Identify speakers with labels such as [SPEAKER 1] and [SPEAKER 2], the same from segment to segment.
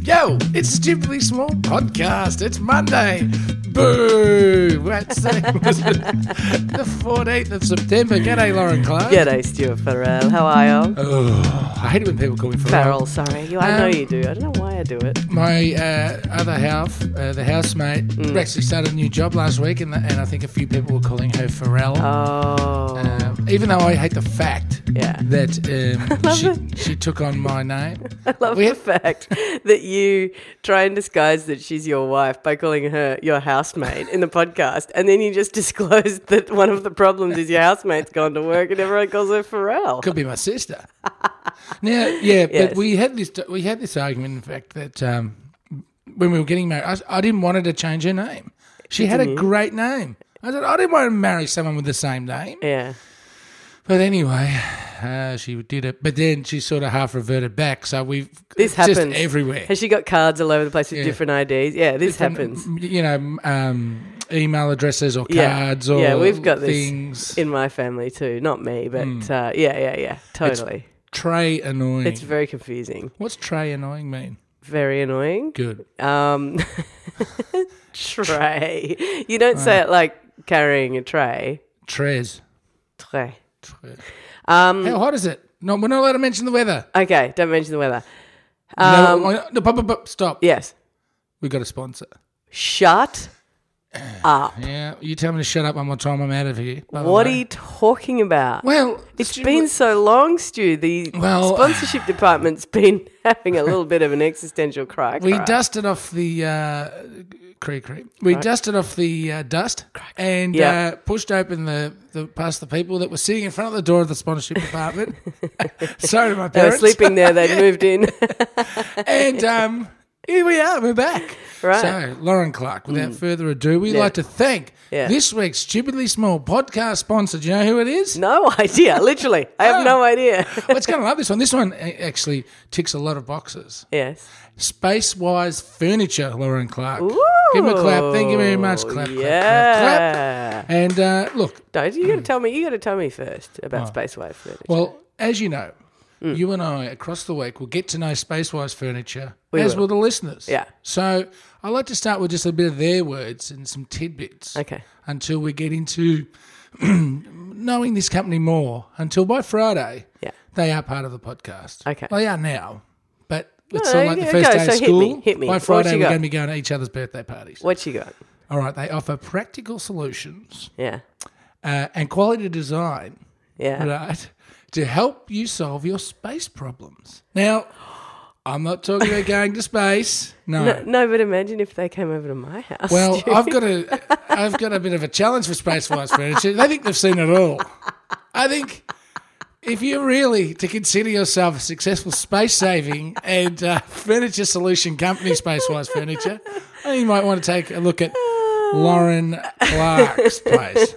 [SPEAKER 1] Yo, it's Stupidly Small Podcast. It's Monday. Boo! What's that? Was it the 14th of September. G'day, Lauren Clark.
[SPEAKER 2] G'day, Stuart Farrell. How are you?
[SPEAKER 1] Oh, I hate it when people call me Farrell.
[SPEAKER 2] Farrell, sorry. You, I know
[SPEAKER 1] Um,
[SPEAKER 2] you do. I don't know why I do it.
[SPEAKER 1] My uh, other half, uh, the housemate,
[SPEAKER 2] Mm.
[SPEAKER 1] actually started a new job last week, and, and I think a few people were calling her Farrell.
[SPEAKER 2] Oh,
[SPEAKER 1] Um, even though I hate the fact
[SPEAKER 2] Yeah.
[SPEAKER 1] that um,
[SPEAKER 2] love
[SPEAKER 1] she, she took on my name.
[SPEAKER 2] I love
[SPEAKER 1] we
[SPEAKER 2] the
[SPEAKER 1] have-
[SPEAKER 2] fact that you try and disguise that she's your wife by calling her your housemate in the podcast, and then you just disclosed that one of the problems is your housemate's gone to work, and everyone calls her Farrell.
[SPEAKER 1] Could be my sister. now, yeah,
[SPEAKER 2] Yes.
[SPEAKER 1] but we had this we had this argument, in fact, that um, when we were getting married, I, s- I didn't want her to change her name. She had a great name. I said I didn't want to marry someone with the same name.
[SPEAKER 2] Yeah.
[SPEAKER 1] But anyway, uh, she did it. But then she sort of half reverted back. So we've
[SPEAKER 2] This
[SPEAKER 1] it's
[SPEAKER 2] happens.
[SPEAKER 1] just everywhere.
[SPEAKER 2] Has she got cards all over the place with different IDs? Yeah, this happens.
[SPEAKER 1] M- You know, um, email addresses or
[SPEAKER 2] Yeah.
[SPEAKER 1] cards or
[SPEAKER 2] Yeah, we've got this
[SPEAKER 1] things.
[SPEAKER 2] In my family too, not me, but
[SPEAKER 1] Hmm.
[SPEAKER 2] uh, yeah, yeah, yeah, totally.
[SPEAKER 1] Tray annoying.
[SPEAKER 2] It's very confusing,
[SPEAKER 1] What's tray annoying mean?
[SPEAKER 2] very annoying.
[SPEAKER 1] Good.
[SPEAKER 2] Um, tray. You don't say it like carrying a tray.
[SPEAKER 1] Trez.
[SPEAKER 2] Tray.
[SPEAKER 1] Tre-
[SPEAKER 2] Um,
[SPEAKER 1] How hot is it? No, we're not allowed to mention the weather.
[SPEAKER 2] okay, don't mention the weather.
[SPEAKER 1] No,
[SPEAKER 2] Um,
[SPEAKER 1] oh, no, no, pop, pop, pop, stop.
[SPEAKER 2] Yes.
[SPEAKER 1] We got a sponsor.
[SPEAKER 2] Shut up.
[SPEAKER 1] Yeah, you tell me to shut up one more time. I'm out of here. by the
[SPEAKER 2] What
[SPEAKER 1] way.
[SPEAKER 2] are you talking about?
[SPEAKER 1] Well,
[SPEAKER 2] It's
[SPEAKER 1] Stu,
[SPEAKER 2] been so long, Stu. The
[SPEAKER 1] Well-
[SPEAKER 2] sponsorship department's been having a little bit of an existential cry.
[SPEAKER 1] We
[SPEAKER 2] cry.
[SPEAKER 1] dusted off the uh, cree cree. We dusted off the uh, dust and
[SPEAKER 2] Yeah.
[SPEAKER 1] uh, pushed open the, the past the people that were sitting in front of the door of the sponsorship department. Sorry to my
[SPEAKER 2] They were
[SPEAKER 1] parents.
[SPEAKER 2] sleeping there. They'd moved in.
[SPEAKER 1] and um, here we are. We're back.
[SPEAKER 2] Right. Mm.
[SPEAKER 1] So, Lauren Clark, without further ado, we'd
[SPEAKER 2] Yeah.
[SPEAKER 1] like to thank
[SPEAKER 2] Yeah.
[SPEAKER 1] this week's Stupidly Small podcast sponsor. Do you know who it is?
[SPEAKER 2] no idea. Literally, I
[SPEAKER 1] Ah.
[SPEAKER 2] have no idea.
[SPEAKER 1] Well, it's going to love this one. This one a- actually ticks a lot of boxes.
[SPEAKER 2] yes.
[SPEAKER 1] Space Wise Furniture, Lauren Clark. Give him a clap. Thank you very much. Clap, clap, clap, clap.
[SPEAKER 2] yeah.
[SPEAKER 1] And uh, look,
[SPEAKER 2] Don't you got to tell me? You got to tell me first about space wave furniture.
[SPEAKER 1] Oh. well, as you know, you and I across the week will get to know Spacewise Furniture, as
[SPEAKER 2] will.
[SPEAKER 1] will. the listeners.
[SPEAKER 2] Yeah.
[SPEAKER 1] So I'd like to start with just a bit of their words and some tidbits.
[SPEAKER 2] Okay.
[SPEAKER 1] Until we get into knowing this company more, until by Friday,
[SPEAKER 2] Yeah.
[SPEAKER 1] they are part of the podcast.
[SPEAKER 2] Okay.
[SPEAKER 1] They are now, but it's
[SPEAKER 2] No,
[SPEAKER 1] sort of like the
[SPEAKER 2] yeah,
[SPEAKER 1] first
[SPEAKER 2] go,
[SPEAKER 1] day
[SPEAKER 2] so
[SPEAKER 1] of
[SPEAKER 2] hit me,
[SPEAKER 1] school.
[SPEAKER 2] hit me.
[SPEAKER 1] By
[SPEAKER 2] What
[SPEAKER 1] Friday,
[SPEAKER 2] you
[SPEAKER 1] we're
[SPEAKER 2] got?
[SPEAKER 1] going to be going to each other's birthday parties.
[SPEAKER 2] What you got?
[SPEAKER 1] All right, they offer practical solutions
[SPEAKER 2] Yeah,
[SPEAKER 1] uh, and quality design
[SPEAKER 2] yeah.
[SPEAKER 1] right, to help you solve your space problems. Now, I'm not talking about going to space. No.
[SPEAKER 2] No, no, but imagine if they came over to my house.
[SPEAKER 1] Well, I've got a, I've got a bit of a challenge for space wise furniture. They think they've seen it all. I think if you're really to consider yourself a successful space saving and uh, furniture solution company, space wise furniture, I think you might want to take a look at Lauren Clark's place.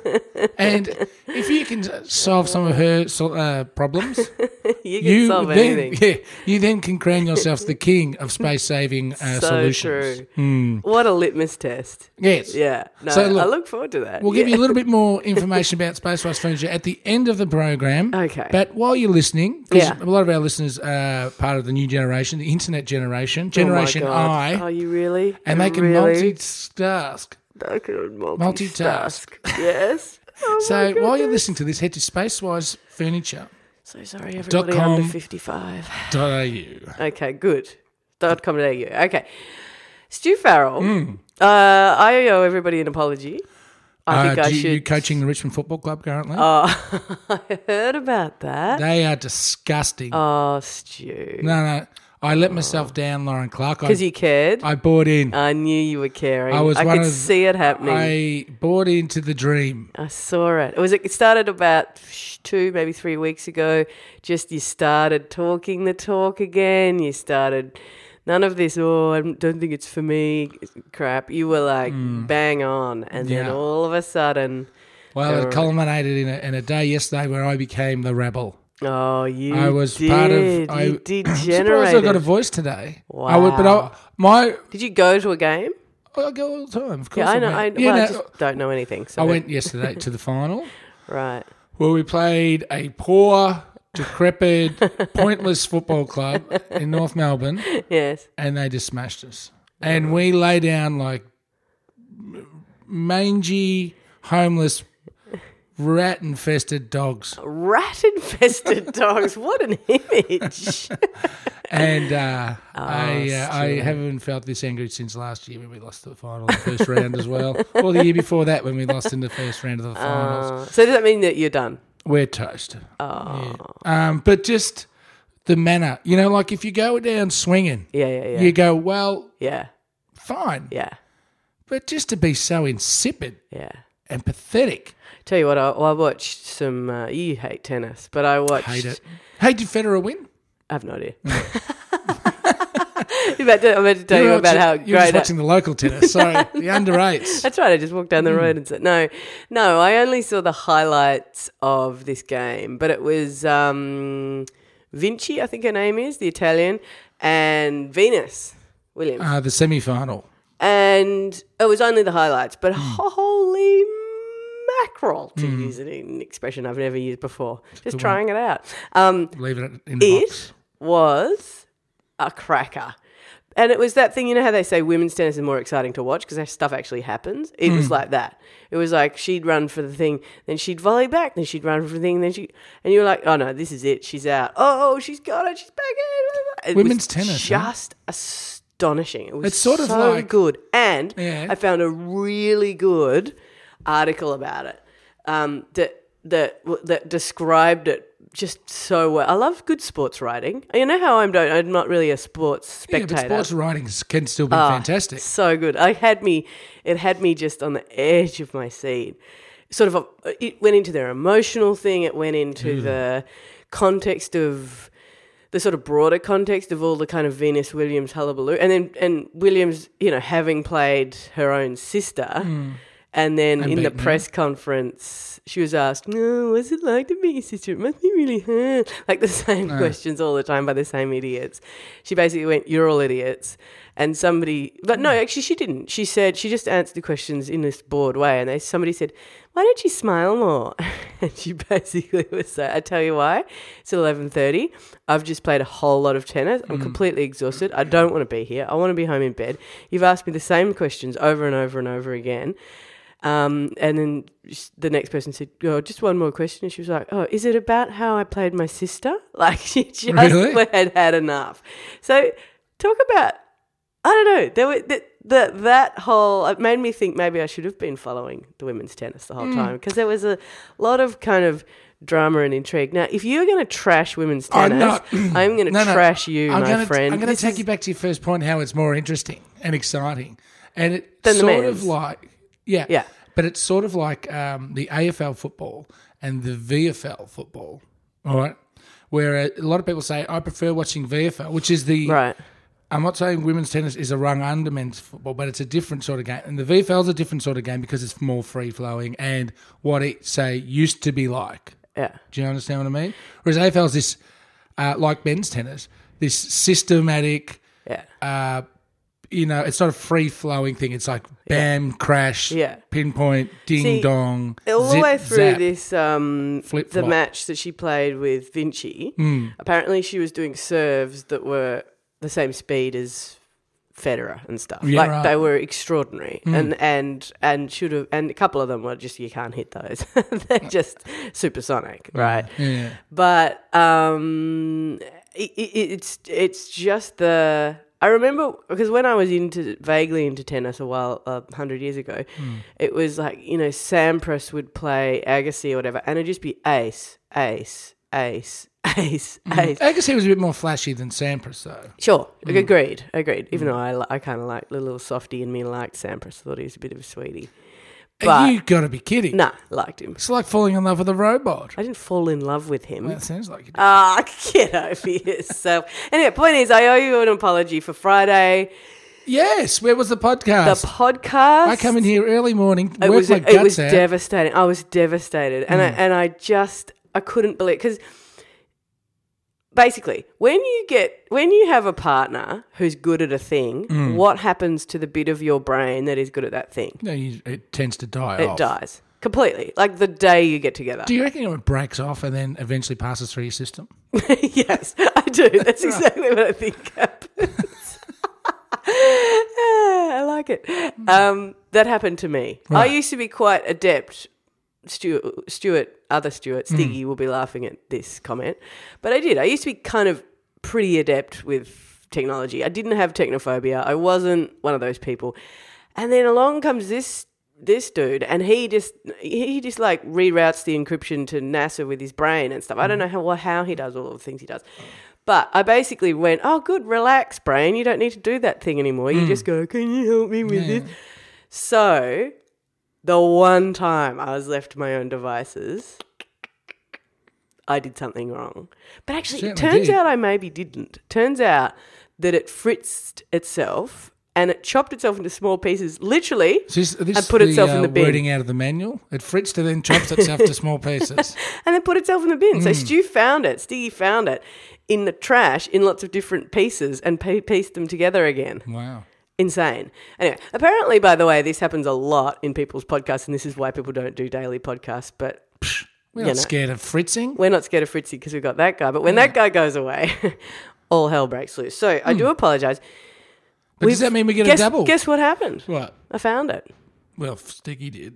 [SPEAKER 1] And if you can solve some of her so- uh, problems,
[SPEAKER 2] you can
[SPEAKER 1] you
[SPEAKER 2] solve
[SPEAKER 1] then,
[SPEAKER 2] anything.
[SPEAKER 1] yeah, you then can crown yourself the king of space saving uh,
[SPEAKER 2] so
[SPEAKER 1] solutions. Hmm.
[SPEAKER 2] true. What a litmus test.
[SPEAKER 1] Yes.
[SPEAKER 2] Yeah. No,
[SPEAKER 1] So look-
[SPEAKER 2] I look forward to that.
[SPEAKER 1] We'll give
[SPEAKER 2] Yeah.
[SPEAKER 1] you a little bit more information about space wise furniture at the end of the program.
[SPEAKER 2] Okay.
[SPEAKER 1] But while you're listening, 'cause
[SPEAKER 2] Yeah.
[SPEAKER 1] a lot of our listeners are part of the new generation, the internet generation,
[SPEAKER 2] Oh my
[SPEAKER 1] Generation
[SPEAKER 2] God.
[SPEAKER 1] I,
[SPEAKER 2] Are you really?
[SPEAKER 1] and they can
[SPEAKER 2] really? Oh
[SPEAKER 1] multitask.
[SPEAKER 2] I can
[SPEAKER 1] multitask.
[SPEAKER 2] multitask. yes. Oh
[SPEAKER 1] So
[SPEAKER 2] my
[SPEAKER 1] while you're
[SPEAKER 2] goodness.
[SPEAKER 1] listening to this, head to spacewise
[SPEAKER 2] so sorry, everybody
[SPEAKER 1] com.
[SPEAKER 2] under fifty-five.
[SPEAKER 1] furniture.au.
[SPEAKER 2] Okay, good. Dot com dot au. Okay. Stu Farrell,
[SPEAKER 1] Hmm.
[SPEAKER 2] uh, I owe everybody an apology. I
[SPEAKER 1] Uh,
[SPEAKER 2] think
[SPEAKER 1] do
[SPEAKER 2] I
[SPEAKER 1] you,
[SPEAKER 2] should.
[SPEAKER 1] you coaching the Richmond Football Club currently?
[SPEAKER 2] Oh, I heard about that.
[SPEAKER 1] they are disgusting.
[SPEAKER 2] Oh, Stu.
[SPEAKER 1] No, no. I let myself down, Lauren Clark. I,
[SPEAKER 2] Because you cared. I,
[SPEAKER 1] I bought in.
[SPEAKER 2] knew you were caring.
[SPEAKER 1] I
[SPEAKER 2] I,
[SPEAKER 1] was one
[SPEAKER 2] could
[SPEAKER 1] of-
[SPEAKER 2] see it happening.
[SPEAKER 1] I
[SPEAKER 2] I,
[SPEAKER 1] bought into the dream.
[SPEAKER 2] saw it. It was. It started about sh- two, maybe three weeks ago. Just you started talking the talk again. You started. None of this, oh, I don't think it's for me crap. You were like, bang on. And
[SPEAKER 1] Hmm. Yeah.
[SPEAKER 2] then all of a sudden,
[SPEAKER 1] Well, it
[SPEAKER 2] Alright.
[SPEAKER 1] culminated in a, in a day yesterday where I became the rebel.
[SPEAKER 2] Oh, you
[SPEAKER 1] I was
[SPEAKER 2] did.
[SPEAKER 1] part of. I, surprised I
[SPEAKER 2] you
[SPEAKER 1] got a
[SPEAKER 2] degenerated.
[SPEAKER 1] voice today. I would, but I,
[SPEAKER 2] Wow.
[SPEAKER 1] my
[SPEAKER 2] Did you go to a game?
[SPEAKER 1] I go all the time. Of course,
[SPEAKER 2] Yeah, I know. I,
[SPEAKER 1] went.
[SPEAKER 2] well,
[SPEAKER 1] You
[SPEAKER 2] I
[SPEAKER 1] know,
[SPEAKER 2] just don't know anything. So
[SPEAKER 1] I
[SPEAKER 2] that-
[SPEAKER 1] went yesterday to the final
[SPEAKER 2] right.
[SPEAKER 1] where we played a poor decrepit, pointless football club in North Melbourne,
[SPEAKER 2] Yes.
[SPEAKER 1] and they just smashed us. And we lay down like mangy, homeless, rat infested dogs.
[SPEAKER 2] Rat infested dogs. What an image.
[SPEAKER 1] And uh,
[SPEAKER 2] Oh,
[SPEAKER 1] I, uh, I haven't felt this angry since last year when we lost the final in the first round as well, or the year before that when we lost in the first round of the finals.
[SPEAKER 2] Uh, so does that mean that you're done?
[SPEAKER 1] We're toast.
[SPEAKER 2] Oh.
[SPEAKER 1] Yeah. Um, but just the manner, you know, like if you go down swinging,
[SPEAKER 2] Yeah, yeah, yeah.
[SPEAKER 1] you go, well,
[SPEAKER 2] yeah,
[SPEAKER 1] fine.
[SPEAKER 2] yeah,
[SPEAKER 1] But just to be so insipid
[SPEAKER 2] yeah.
[SPEAKER 1] and pathetic.
[SPEAKER 2] Tell you what, I, I watched some. Uh, you hate tennis, but I watched.
[SPEAKER 1] Hate it. Hey, did Federer win?
[SPEAKER 2] I have no idea. I'm about to, I'm about to tell you,
[SPEAKER 1] were
[SPEAKER 2] about
[SPEAKER 1] watching-
[SPEAKER 2] how
[SPEAKER 1] you were just
[SPEAKER 2] great. I-
[SPEAKER 1] watching the local tennis. Sorry, the under eights.
[SPEAKER 2] That's right. I just walked down the road and said, "No, no." I only saw the highlights of this game, but it was um, Vinci, I think her name is, the Italian, and Venus Williams,
[SPEAKER 1] Uh, the semi final.
[SPEAKER 2] and it was only the highlights. But
[SPEAKER 1] Hmm.
[SPEAKER 2] holy mackerel, to use an expression I've never used before, just trying it out. Um,
[SPEAKER 1] Leave it in the box.
[SPEAKER 2] it was a cracker. And it was that thing, you know how they say women's tennis is more exciting to watch because that stuff actually happens? It
[SPEAKER 1] Hmm.
[SPEAKER 2] was like that. It was like she'd run for the thing, then she'd volley back, then she'd run for the thing, then she. And you were like, oh no, this is it. She's out. Oh, she's got it. She's back in. It was
[SPEAKER 1] Women's tennis, huh?
[SPEAKER 2] Just astonishing. It was
[SPEAKER 1] It's sort
[SPEAKER 2] so
[SPEAKER 1] of like-
[SPEAKER 2] good. And
[SPEAKER 1] Yeah.
[SPEAKER 2] I found a really good article about it um, that that that described it just so well. I love good sports writing. You know how I'm don't I'm not really a sports
[SPEAKER 1] Yeah, but
[SPEAKER 2] spectator. Ah,
[SPEAKER 1] sports writings can still be fantastic.
[SPEAKER 2] So good. I had me it had me just on the edge of my seat. Sort of a, it went into their emotional thing, it went into the context of the sort of broader context of all the kind of Venus Williams hullabaloo, and then and Williams, you know, having played her own sister, and then in the
[SPEAKER 1] beaten her.
[SPEAKER 2] press conference, she was asked, "No, what's it like to be your sister? It must be really hard." Like the same questions all the time by the same idiots. She basically went, "You're all idiots," and somebody, but no, actually, she didn't. She said she just answered the questions in this bored way, and they somebody said, "Why don't you smile more?" and she basically was so. I tell you why. It's eleven thirty. I've just played a whole lot of tennis. I'm completely exhausted. I don't want to be here. I want to be home in bed. You've asked me the same questions over and over and over again. Um, and then s- the next person said, oh, just one more question. And she was like, oh, is it about how I played my sister? Like she just
[SPEAKER 1] Really?
[SPEAKER 2] had had enough. So talk about, I don't know, there were, that, that, that whole, it made me think maybe I should have been following the women's tennis the whole
[SPEAKER 1] Mm.
[SPEAKER 2] time because there was a lot of kind of drama and intrigue. Now, if you're going to trash women's
[SPEAKER 1] I'm
[SPEAKER 2] tennis,
[SPEAKER 1] not-
[SPEAKER 2] I'm going to
[SPEAKER 1] No, no.
[SPEAKER 2] trash you, my
[SPEAKER 1] gonna,
[SPEAKER 2] friend.
[SPEAKER 1] I'm going
[SPEAKER 2] This
[SPEAKER 1] to take
[SPEAKER 2] is-
[SPEAKER 1] you back to your first point, how it's more interesting and exciting, and it
[SPEAKER 2] Than the
[SPEAKER 1] sort
[SPEAKER 2] men's.
[SPEAKER 1] of like yeah,
[SPEAKER 2] Yeah.
[SPEAKER 1] But it's sort of like um, the AFL football and the VFL football, all right. Where uh, a lot of people say I prefer watching VFL, which is the
[SPEAKER 2] Right.
[SPEAKER 1] I'm not saying women's tennis is a rung under men's football, but it's a different sort of game. And the VFL is a different sort of game because it's more free flowing and what it say used to be like.
[SPEAKER 2] Yeah.
[SPEAKER 1] Do you understand what I mean? Whereas AFL is this, uh, like men's tennis, this systematic.
[SPEAKER 2] Yeah.
[SPEAKER 1] Uh, you know, it's not a free flowing thing. It's like bam, crash,
[SPEAKER 2] Yeah.
[SPEAKER 1] pinpoint, ding
[SPEAKER 2] See,
[SPEAKER 1] dong,
[SPEAKER 2] all the
[SPEAKER 1] zip,
[SPEAKER 2] way through
[SPEAKER 1] zap.
[SPEAKER 2] this um,
[SPEAKER 1] Flip
[SPEAKER 2] the
[SPEAKER 1] flop. Hmm.
[SPEAKER 2] match that she played with Vinci. Apparently, she was doing serves that were the same speed as Federer and stuff.
[SPEAKER 1] Yeah,
[SPEAKER 2] like
[SPEAKER 1] right. Hmm.
[SPEAKER 2] they were extraordinary, and and and should have. And a couple of them were just you can't hit those. They're just supersonic, right?
[SPEAKER 1] Yeah,
[SPEAKER 2] but um, it, it, it's it's just the. I remember because when I was into vaguely into tennis a while a hundred years ago, it was like you know Sampras would play Agassi or whatever, and it'd just be ace, ace, ace, ace, ace.
[SPEAKER 1] Agassi was a bit more flashy than Sampras, though.
[SPEAKER 2] Sure, agreed, agreed. Even though I li- I kind of liked the little softy in me liked Sampras, thought he was a bit of a sweetie. But-
[SPEAKER 1] you got to be kidding!
[SPEAKER 2] Nah, liked him.
[SPEAKER 1] It's like falling in love with a robot.
[SPEAKER 2] I didn't fall in love with him.
[SPEAKER 1] That sounds like it.
[SPEAKER 2] Ah, get over yourself. Anyway, point is, I owe you an apology for Friday.
[SPEAKER 1] yes. Where was the
[SPEAKER 2] The
[SPEAKER 1] podcast?
[SPEAKER 2] podcast.
[SPEAKER 1] I come in here early morning,
[SPEAKER 2] It
[SPEAKER 1] work
[SPEAKER 2] was,
[SPEAKER 1] my guts
[SPEAKER 2] it was
[SPEAKER 1] out. Hmm.
[SPEAKER 2] devastating. I was devastated, and I, and I just I couldn't believe because basically when you get when you have a partner who's good at a thing,
[SPEAKER 1] Hmm.
[SPEAKER 2] what happens to the bit of your brain that is good at that thing?
[SPEAKER 1] no, you, it tends to die
[SPEAKER 2] It
[SPEAKER 1] off.
[SPEAKER 2] dies completely. Like the day you get together.
[SPEAKER 1] Do you reckon it breaks off and then eventually passes through your system?
[SPEAKER 2] yes, I do. That's exactly what I think happens. Ah, I like it. Um, that happened to me.
[SPEAKER 1] Right.
[SPEAKER 2] I used to be quite adept. Stuart, Stuart, other Stuart, Stiggy will be laughing at this comment, but I did. I used to be kind of pretty adept with technology. I didn't have technophobia. I wasn't one of those people. And then along comes this this dude, and he just he just like reroutes the encryption to NASA with his brain and stuff. I don't know how how he does all of the things he does. But I basically went, oh, good, relax, brain. You don't need to do that thing anymore. You just go, can you help me with this? So, the one time I was left to my own devices, I did something wrong. But actually, it
[SPEAKER 1] Certainly
[SPEAKER 2] turns
[SPEAKER 1] did.
[SPEAKER 2] out I maybe didn't. Turns out that it fritzed itself and it chopped itself into small pieces, literally,
[SPEAKER 1] So this, this
[SPEAKER 2] and put
[SPEAKER 1] is
[SPEAKER 2] itself
[SPEAKER 1] the,
[SPEAKER 2] in
[SPEAKER 1] uh,
[SPEAKER 2] the bin.
[SPEAKER 1] wording out of the manual. It frits to then chops itself to small pieces.
[SPEAKER 2] and then put itself in the bin.
[SPEAKER 1] Hmm.
[SPEAKER 2] So Stu found it, Stiggy found it in the trash in lots of different pieces and pi pieced them together again.
[SPEAKER 1] Wow.
[SPEAKER 2] Insane. Anyway, apparently, by the way, this happens a lot in people's podcasts, and this is why people don't do daily podcasts. But
[SPEAKER 1] We're
[SPEAKER 2] You
[SPEAKER 1] not
[SPEAKER 2] know.
[SPEAKER 1] scared of fritzing.
[SPEAKER 2] we're not scared of Fritzy because we've got that guy. But when that guy goes away, all hell breaks loose. So I
[SPEAKER 1] Hmm.
[SPEAKER 2] do apologize.
[SPEAKER 1] But does that mean we get
[SPEAKER 2] guess,
[SPEAKER 1] a double?
[SPEAKER 2] Guess what happened?
[SPEAKER 1] what?
[SPEAKER 2] I found it.
[SPEAKER 1] Well, Sticky did.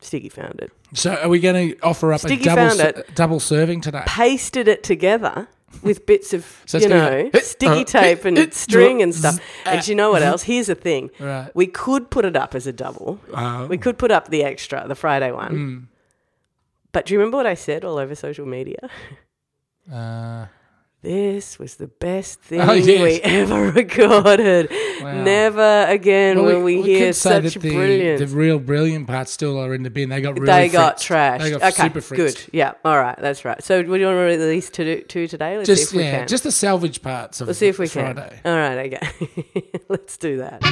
[SPEAKER 2] Stiggy found it.
[SPEAKER 1] So are we going to offer up
[SPEAKER 2] Sticky
[SPEAKER 1] a double
[SPEAKER 2] found
[SPEAKER 1] se-
[SPEAKER 2] it.
[SPEAKER 1] double serving today?
[SPEAKER 2] Pasted it together with bits of,
[SPEAKER 1] So it's
[SPEAKER 2] you
[SPEAKER 1] gonna
[SPEAKER 2] know,
[SPEAKER 1] go, "Hit,
[SPEAKER 2] sticky
[SPEAKER 1] uh,
[SPEAKER 2] tape
[SPEAKER 1] hit,
[SPEAKER 2] and
[SPEAKER 1] hit,
[SPEAKER 2] string and
[SPEAKER 1] zzz,
[SPEAKER 2] stuff. And do you know what else? Here's the thing.
[SPEAKER 1] Right.
[SPEAKER 2] We could put it up as a double.
[SPEAKER 1] Oh.
[SPEAKER 2] We could put up the extra, the Friday one.
[SPEAKER 1] Hmm.
[SPEAKER 2] But do you remember what I said all over social media?
[SPEAKER 1] Uh,
[SPEAKER 2] This was the best thing
[SPEAKER 1] Oh, yes.
[SPEAKER 2] we ever recorded.
[SPEAKER 1] Wow.
[SPEAKER 2] Never again
[SPEAKER 1] well,
[SPEAKER 2] will we, hear
[SPEAKER 1] could say
[SPEAKER 2] such
[SPEAKER 1] that the,
[SPEAKER 2] brilliance.
[SPEAKER 1] the real brilliant parts still are in the bin. They got really
[SPEAKER 2] they got
[SPEAKER 1] fritzed.
[SPEAKER 2] trashed.
[SPEAKER 1] They got
[SPEAKER 2] okay,
[SPEAKER 1] super fritzed.
[SPEAKER 2] good. Yeah, all right, that's right. So, what do you want to release to do, to today? Let's see
[SPEAKER 1] Just
[SPEAKER 2] if we
[SPEAKER 1] yeah,
[SPEAKER 2] can.
[SPEAKER 1] just the salvage parts of
[SPEAKER 2] Let's see if we
[SPEAKER 1] Friday.
[SPEAKER 2] can. All right, okay. Let's do that.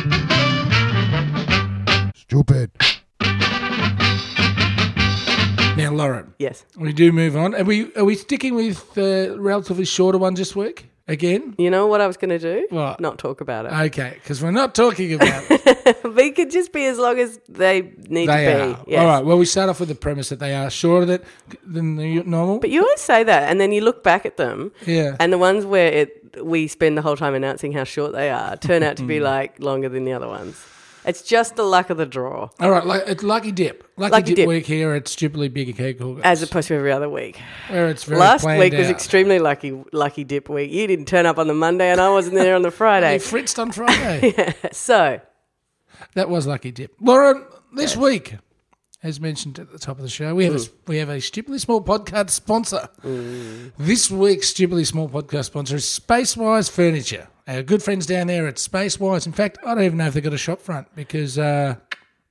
[SPEAKER 3] Stupid.
[SPEAKER 1] Now, Lauren,
[SPEAKER 2] Yes.
[SPEAKER 1] we do move on. Are we are we sticking with the relatively shorter ones this week again?
[SPEAKER 2] You know what I was going to do?
[SPEAKER 1] What? Uh,
[SPEAKER 2] Not talk about it.
[SPEAKER 1] Okay, because we're not talking about it.
[SPEAKER 2] they could just be as long as they need
[SPEAKER 1] they
[SPEAKER 2] to be.
[SPEAKER 1] are.
[SPEAKER 2] Yes.
[SPEAKER 1] All right. Well, we start off with the premise that they are shorter than, than the normal.
[SPEAKER 2] But you always say that, and then you look back at them,
[SPEAKER 1] yeah.
[SPEAKER 2] and the ones where it, we spend the whole time announcing how short they are turn out to
[SPEAKER 1] Hmm.
[SPEAKER 2] be like longer than the other ones. It's just the luck of the draw,
[SPEAKER 1] All right. Like, it's lucky dip. Lucky,
[SPEAKER 2] Lucky
[SPEAKER 1] dip,
[SPEAKER 2] dip.
[SPEAKER 1] week here at stupidly big cake Hawkins,
[SPEAKER 2] as opposed to every other week.
[SPEAKER 1] where it's very
[SPEAKER 2] Last
[SPEAKER 1] planned
[SPEAKER 2] week was
[SPEAKER 1] out.
[SPEAKER 2] extremely lucky, lucky dip week. You didn't turn up on the Monday, and I wasn't there on the
[SPEAKER 1] They
[SPEAKER 2] Friday.
[SPEAKER 1] fritzed on Friday.
[SPEAKER 2] So
[SPEAKER 1] that was lucky dip. Lauren, this week, as mentioned at the top of the show, we have a, we have a stupidly small podcast sponsor.
[SPEAKER 2] Mm.
[SPEAKER 1] This week's stupidly small podcast sponsor is Spacewise Furniture. Our good friends down there at Spacewise. In fact, I don't even know if they've got a shop front because uh,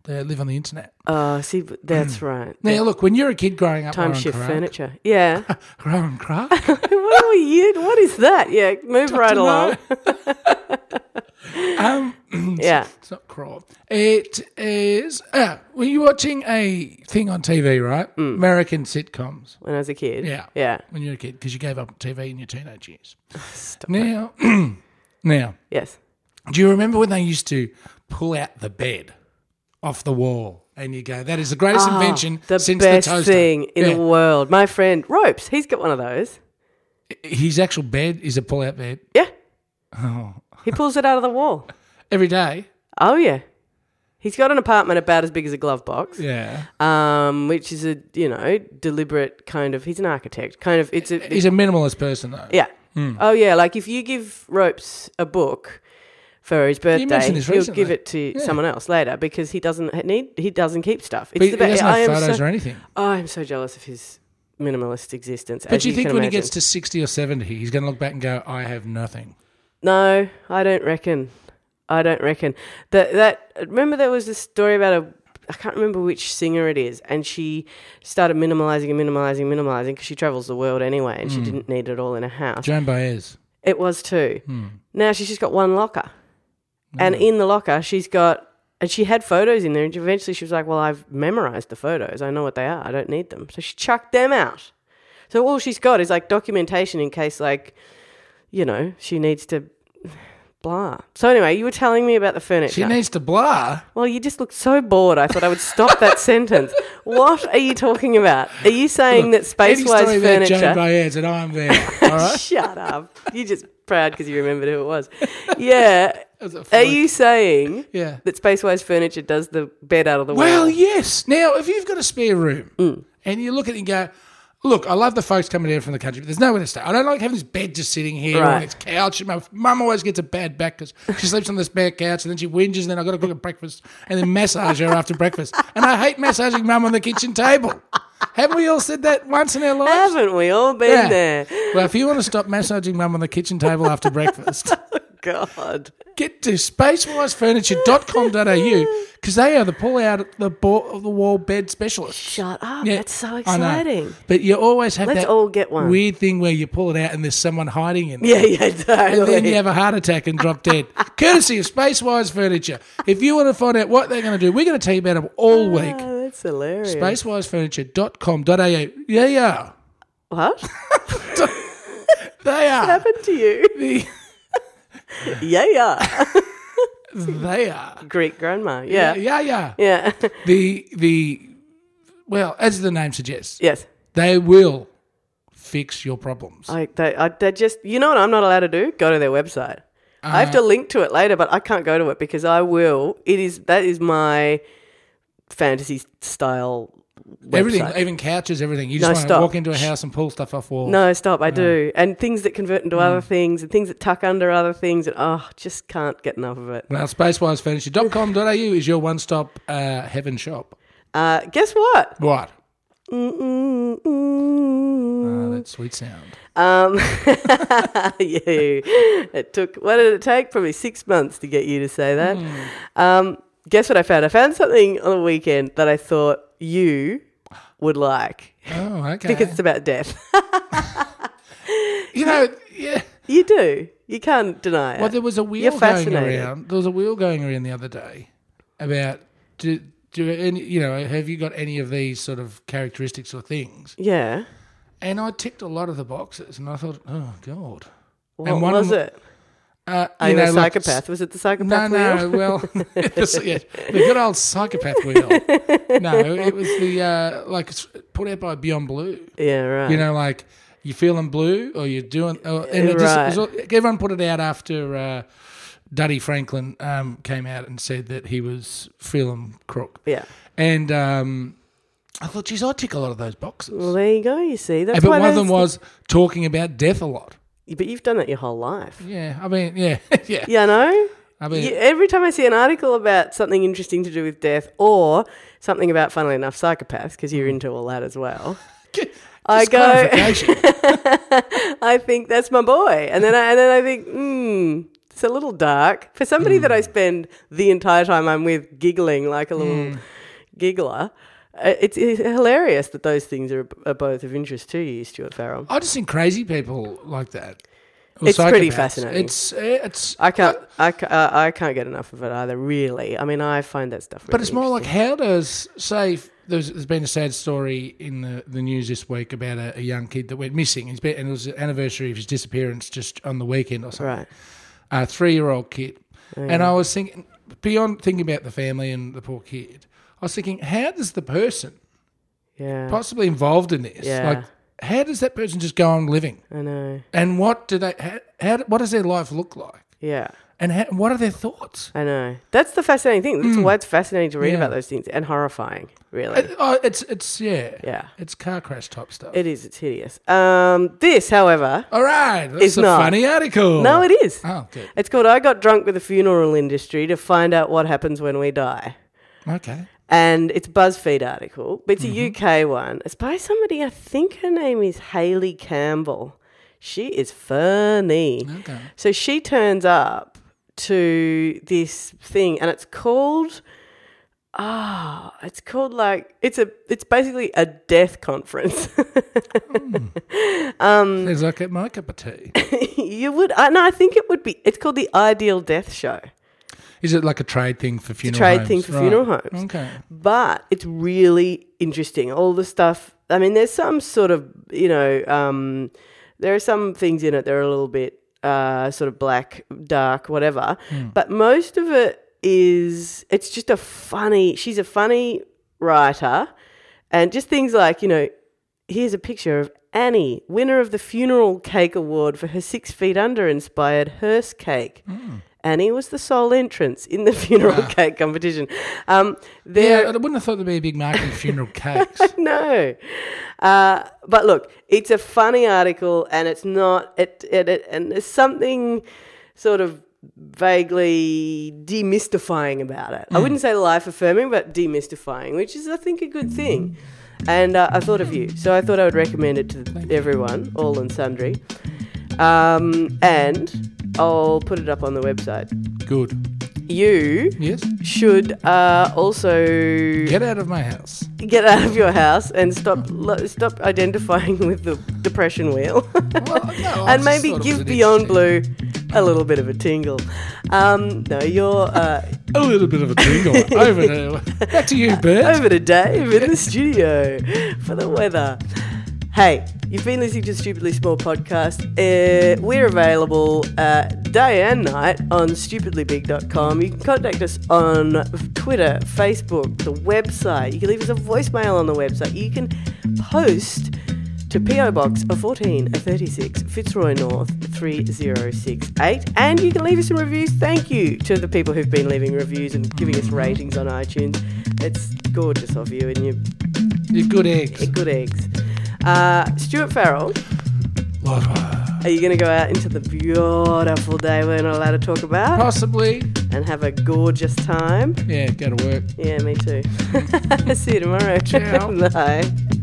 [SPEAKER 1] they live on the internet.
[SPEAKER 2] Oh, see, but that's
[SPEAKER 1] Hmm.
[SPEAKER 2] right.
[SPEAKER 1] Now, look, when you're a kid growing up,
[SPEAKER 2] Time
[SPEAKER 1] Lauren
[SPEAKER 2] shift
[SPEAKER 1] Craig-
[SPEAKER 2] furniture. Yeah.
[SPEAKER 1] Lauren Craig?
[SPEAKER 2] what are you? What is that? Yeah, move right
[SPEAKER 1] to
[SPEAKER 2] along. yeah.
[SPEAKER 1] It's not crawl. It is. Ah, were you watching a thing on TV, right?
[SPEAKER 2] Mm.
[SPEAKER 1] American sitcoms.
[SPEAKER 2] When I was a kid.
[SPEAKER 1] Yeah.
[SPEAKER 2] Yeah.
[SPEAKER 1] When you were a kid, because you gave up TV in your teenage years. now, now,
[SPEAKER 2] Yes.
[SPEAKER 1] do you remember when they used to pull out the bed off the wall? And you go, that is the greatest invention
[SPEAKER 2] Ah, The
[SPEAKER 1] since
[SPEAKER 2] best
[SPEAKER 1] the toaster.
[SPEAKER 2] thing in
[SPEAKER 1] yeah.
[SPEAKER 2] the world. My friend Ropes, he's got one of those.
[SPEAKER 1] His actual bed is a pull out bed
[SPEAKER 2] Yeah.
[SPEAKER 1] Oh.
[SPEAKER 2] He pulls it out of the wall.
[SPEAKER 1] every day.
[SPEAKER 2] Oh yeah. He's got an apartment about as big as a glove box.
[SPEAKER 1] Yeah.
[SPEAKER 2] Um, which is a you know, deliberate kind of he's an architect. Kind of it's a
[SPEAKER 1] He's Hmm. a minimalist person, though.
[SPEAKER 2] Yeah. Oh yeah, like if you give Ropes a book for his birthday,
[SPEAKER 1] mentioned this
[SPEAKER 2] he'll
[SPEAKER 1] recently.
[SPEAKER 2] give it to
[SPEAKER 1] Yeah.
[SPEAKER 2] someone else later because he doesn't ha- need he doesn't keep stuff. It's
[SPEAKER 1] But he
[SPEAKER 2] the be-
[SPEAKER 1] doesn't
[SPEAKER 2] I
[SPEAKER 1] have
[SPEAKER 2] am
[SPEAKER 1] photos
[SPEAKER 2] so,
[SPEAKER 1] or anything.
[SPEAKER 2] oh, I'm so jealous of his minimalist existence.
[SPEAKER 1] But
[SPEAKER 2] as
[SPEAKER 1] do you think
[SPEAKER 2] can
[SPEAKER 1] when he
[SPEAKER 2] imagine.
[SPEAKER 1] gets to 60 or 70, he's going to look back and go, I have nothing?
[SPEAKER 2] No, I don't reckon. I don't reckon that that. Remember, there was this story about a. I can't remember which singer it is, and she started minimalizing and minimalizing, minimalizing because she travels the world anyway, and she didn't need it all in a house.
[SPEAKER 1] Joan Baez.
[SPEAKER 2] It was too.
[SPEAKER 1] Hmm.
[SPEAKER 2] Now she's just got one locker. And in the locker, she's got, and she had photos in there. And eventually she was like, Well, I've memorized the photos. I know what they are. I don't need them. So she chucked them out. So all she's got is like documentation in case, like, you know, she needs to blah. So anyway, you were telling me about the furniture.
[SPEAKER 1] She needs to blah.
[SPEAKER 2] well, you just looked so bored. I thought I would stop that sentence. What are you talking about? Are you saying that
[SPEAKER 1] Any story
[SPEAKER 2] Spacewise
[SPEAKER 1] about Joan
[SPEAKER 2] furniture?
[SPEAKER 1] Baez and I'm there. All right.
[SPEAKER 2] Shut up. You're just proud because you remembered who it was. Yeah.
[SPEAKER 1] That was a
[SPEAKER 2] Are
[SPEAKER 1] fluke.
[SPEAKER 2] you saying
[SPEAKER 1] Yeah.
[SPEAKER 2] that Spacewise furniture does the bed out of the
[SPEAKER 1] Well,
[SPEAKER 2] way?
[SPEAKER 1] yes. Now, if you've got a spare room
[SPEAKER 2] Mm.
[SPEAKER 1] and you look at it and go, look, I love the folks coming down from the country, but there's nowhere to stay. I don't like having this bed just sitting here
[SPEAKER 2] Right.
[SPEAKER 1] on this couch. My mum always gets a bad back because she sleeps on this bare couch and then she whinges and then I've got to cook her breakfast and then massage her after breakfast. And I hate massaging mum on the kitchen table. Haven't we all said that once in our lives?
[SPEAKER 2] Haven't we all been
[SPEAKER 1] Yeah.
[SPEAKER 2] there?
[SPEAKER 1] Well, if you want to stop massaging mum on the kitchen table after breakfast,
[SPEAKER 2] Oh, God.
[SPEAKER 1] Get to spacewifefurniture.com.au because they are the pull out of the, bo- of the wall bed specialist.
[SPEAKER 2] Shut up.
[SPEAKER 1] Yeah,
[SPEAKER 2] That's so
[SPEAKER 1] I know.
[SPEAKER 2] exciting.
[SPEAKER 1] But you always have
[SPEAKER 2] Let's
[SPEAKER 1] that
[SPEAKER 2] all get one.
[SPEAKER 1] weird thing where you pull it out and there's someone hiding in there.
[SPEAKER 2] yeah, yeah, totally.
[SPEAKER 1] And then you have a heart attack and drop dead. Courtesy of Spacewise Furniture. If you want to find out what they're going to do, we're going to tell you about them all week.
[SPEAKER 2] Oh, that's hilarious.
[SPEAKER 1] Spacewifefurniture.com.au. Yeah, yeah.
[SPEAKER 2] What
[SPEAKER 1] They are.
[SPEAKER 2] happened to you?
[SPEAKER 1] The,
[SPEAKER 2] Yeah, yeah.
[SPEAKER 1] they are.
[SPEAKER 2] Greek grandma. Yeah,
[SPEAKER 1] Yeah, yeah.
[SPEAKER 2] yeah.
[SPEAKER 1] The, the, well, as the name suggests,
[SPEAKER 2] yes.
[SPEAKER 1] They will fix your problems.
[SPEAKER 2] I they, I they just you know what I'm not allowed to do? Go to their website. I have to link to it later, but I can't go to it because I will. It is that is my fantasy style. Website.
[SPEAKER 1] everything, even couches, everything. You just
[SPEAKER 2] No,
[SPEAKER 1] want
[SPEAKER 2] stop.
[SPEAKER 1] to walk into a house and pull stuff off walls.
[SPEAKER 2] No, stop. I do. And things that convert into other things and things that tuck under other things. And oh, just can't get enough of it.
[SPEAKER 1] Well, spacewifefurniture.com.au is your one stop uh, heaven shop.
[SPEAKER 2] Uh, guess what?
[SPEAKER 1] What?
[SPEAKER 2] Mm-mm-mm.
[SPEAKER 1] Oh, that sweet sound.
[SPEAKER 2] Um, you. It took, what did it take? Probably six months to get you to say that.
[SPEAKER 1] Hmm.
[SPEAKER 2] Um, guess what I found? I found something on the weekend that I thought you would like
[SPEAKER 1] Oh, okay.
[SPEAKER 2] because it's about death.
[SPEAKER 1] you know, yeah.
[SPEAKER 2] you do. You can't deny it.
[SPEAKER 1] Well, there was a wheel
[SPEAKER 2] You're
[SPEAKER 1] going
[SPEAKER 2] fascinated.
[SPEAKER 1] around. There was a wheel going around the other day about do do any you know have you got any of these sort of characteristics or things?
[SPEAKER 2] yeah.
[SPEAKER 1] And I ticked a lot of the boxes, and I thought, oh god.
[SPEAKER 2] What
[SPEAKER 1] And one of
[SPEAKER 2] was
[SPEAKER 1] them-
[SPEAKER 2] it?
[SPEAKER 1] Uh,
[SPEAKER 2] Are
[SPEAKER 1] you
[SPEAKER 2] you
[SPEAKER 1] know,
[SPEAKER 2] a
[SPEAKER 1] like,
[SPEAKER 2] psychopath? was it the
[SPEAKER 1] No,
[SPEAKER 2] psychopath
[SPEAKER 1] no.
[SPEAKER 2] wheel?
[SPEAKER 1] Well, the, yeah, the good old psychopath wheel. No, it was the uh, like it's put out by Beyond Blue.
[SPEAKER 2] Yeah, right.
[SPEAKER 1] You know, like you feeling blue or you're doing. Or, and it just, it was all- everyone put it out after uh, Duddy Franklin um, came out and said that he was feeling crook.
[SPEAKER 2] yeah.
[SPEAKER 1] And um, I thought, geez, I tick a lot of those boxes.
[SPEAKER 2] Well, there you go. You see, that's
[SPEAKER 1] but
[SPEAKER 2] why
[SPEAKER 1] one of them
[SPEAKER 2] those-
[SPEAKER 1] was talking about death a lot.
[SPEAKER 2] But you've done that your whole life.
[SPEAKER 1] Yeah, I mean, yeah, yeah.
[SPEAKER 2] You know.
[SPEAKER 1] I mean,
[SPEAKER 2] You- every time I see an article about something interesting to do with death or something about, funnily enough, psychopaths, because you're into all that as well, I
[SPEAKER 1] Hmm. just
[SPEAKER 2] go-
[SPEAKER 1] clarification.
[SPEAKER 2] I think that's my boy. And then I, and then I think, hmm, it's a little dark. For somebody that I
[SPEAKER 1] Hmm.
[SPEAKER 2] spend the entire time I'm with giggling like a little
[SPEAKER 1] Hmm.
[SPEAKER 2] giggler, uh, it's, it's hilarious that those things are, are both of interest to you, Stuart Farrell.
[SPEAKER 1] I just think crazy people like that. Or
[SPEAKER 2] It's pretty
[SPEAKER 1] psychopaths.
[SPEAKER 2] fascinating.
[SPEAKER 1] It's eh, it's,
[SPEAKER 2] I can't, I, ca- uh, I can't get enough of it either, really. I mean, I find that stuff really
[SPEAKER 1] but it's more like how does say f- there's, there's been a sad story in the, the news this week about a, a young kid that went missing. He's been, and it was the anniversary of his disappearance just on the weekend or something.
[SPEAKER 2] Right.
[SPEAKER 1] A three year old kid, and I was thinking beyond thinking about the family and the poor kid. I was thinking, how does the person
[SPEAKER 2] Yeah.
[SPEAKER 1] possibly involved in this,
[SPEAKER 2] Yeah.
[SPEAKER 1] like, how does that person just go on living?
[SPEAKER 2] I know.
[SPEAKER 1] And what do they? How, how what does their life look like?
[SPEAKER 2] Yeah.
[SPEAKER 1] And how, what are their thoughts?
[SPEAKER 2] I know. That's the fascinating thing. That's why it's fascinating to read
[SPEAKER 1] Hmm. Yeah.
[SPEAKER 2] about those things and horrifying, really.
[SPEAKER 1] It- oh, it's it's yeah,
[SPEAKER 2] yeah.
[SPEAKER 1] it's car crash type stuff.
[SPEAKER 2] It is. It's hideous. Um, this, however,
[SPEAKER 1] All right, that's
[SPEAKER 2] It's
[SPEAKER 1] a
[SPEAKER 2] not.
[SPEAKER 1] funny article.
[SPEAKER 2] no, it is.
[SPEAKER 1] Oh, good.
[SPEAKER 2] It's called I Got Drunk with the Funeral Industry to Find Out What Happens When We Die.
[SPEAKER 1] Okay.
[SPEAKER 2] And it's a BuzzFeed article, but it's
[SPEAKER 1] Mm-hmm.
[SPEAKER 2] a UK one. It's by somebody, I think her name is Hayley Campbell. She is funny.
[SPEAKER 1] Okay.
[SPEAKER 2] So she turns up to this thing, and it's called ah, it's called like it's a it's basically a death conference. Mm.
[SPEAKER 1] Sounds like it my cup of tea.
[SPEAKER 2] you would, I no, I think it would be. It's called the Ideal Death Show,
[SPEAKER 1] Is it like a trade thing for funeral?
[SPEAKER 2] trade
[SPEAKER 1] homes?
[SPEAKER 2] thing for
[SPEAKER 1] Right.
[SPEAKER 2] funeral homes.
[SPEAKER 1] Okay.
[SPEAKER 2] but it's really interesting. All the stuff. I mean, there's some sort of you know, um, there are some things in it that are a little bit. uh, sort of black, dark, whatever. But most of it is, it's just a funny, she's a funny writer. And just things like, you know, here's a picture of Annie, winner of the funeral cake award for her Six Feet Under inspired hearse cake. Annie was the sole entrance in the funeral cake competition. Um, there,
[SPEAKER 1] Yeah, I wouldn't have thought there'd be a big market in funeral cakes.
[SPEAKER 2] no. Uh, but look, it's a funny article, and it's not it, it, it and there's something sort of vaguely demystifying about it. I wouldn't say life affirming, but demystifying, which is I think a good thing. And uh, I thought of you, so I thought I would recommend it to everyone, all and sundry. Um, and I'll put it up on the website.
[SPEAKER 1] Good.
[SPEAKER 2] You
[SPEAKER 1] Yes.
[SPEAKER 2] should uh, also
[SPEAKER 1] Get out of my house.
[SPEAKER 2] get out of your house and stop lo- stop identifying with the depression wheel
[SPEAKER 1] Well, no, I just
[SPEAKER 2] and maybe
[SPEAKER 1] thought it was
[SPEAKER 2] give
[SPEAKER 1] an
[SPEAKER 2] beyond
[SPEAKER 1] interesting-
[SPEAKER 2] blue a little bit of a tingle um, no you're uh,
[SPEAKER 1] A little bit of a tingle. Over to back to you, Bert.
[SPEAKER 2] over to dave in the studio for the weather hey you've been listening to stupidly small podcast uh, we're available uh, day and night on stupidlybig.com you can contact us on twitter facebook the website you can leave us a voicemail on the website you can post to PO Box 1436 Fitzroy North 3068. And you can leave us some reviews. Thank you to the people who've been leaving reviews and giving us ratings on iTunes. It's gorgeous of you and your
[SPEAKER 1] You're good eggs.
[SPEAKER 2] good eggs. Uh, Stuart Farrell,
[SPEAKER 1] Lotta.
[SPEAKER 2] are you going to go out into the beautiful day we're not allowed to talk about
[SPEAKER 1] Possibly.
[SPEAKER 2] and have a gorgeous time?
[SPEAKER 1] Yeah, go to work.
[SPEAKER 2] Yeah, me too. See you tomorrow.
[SPEAKER 1] Ciao.
[SPEAKER 2] Bye.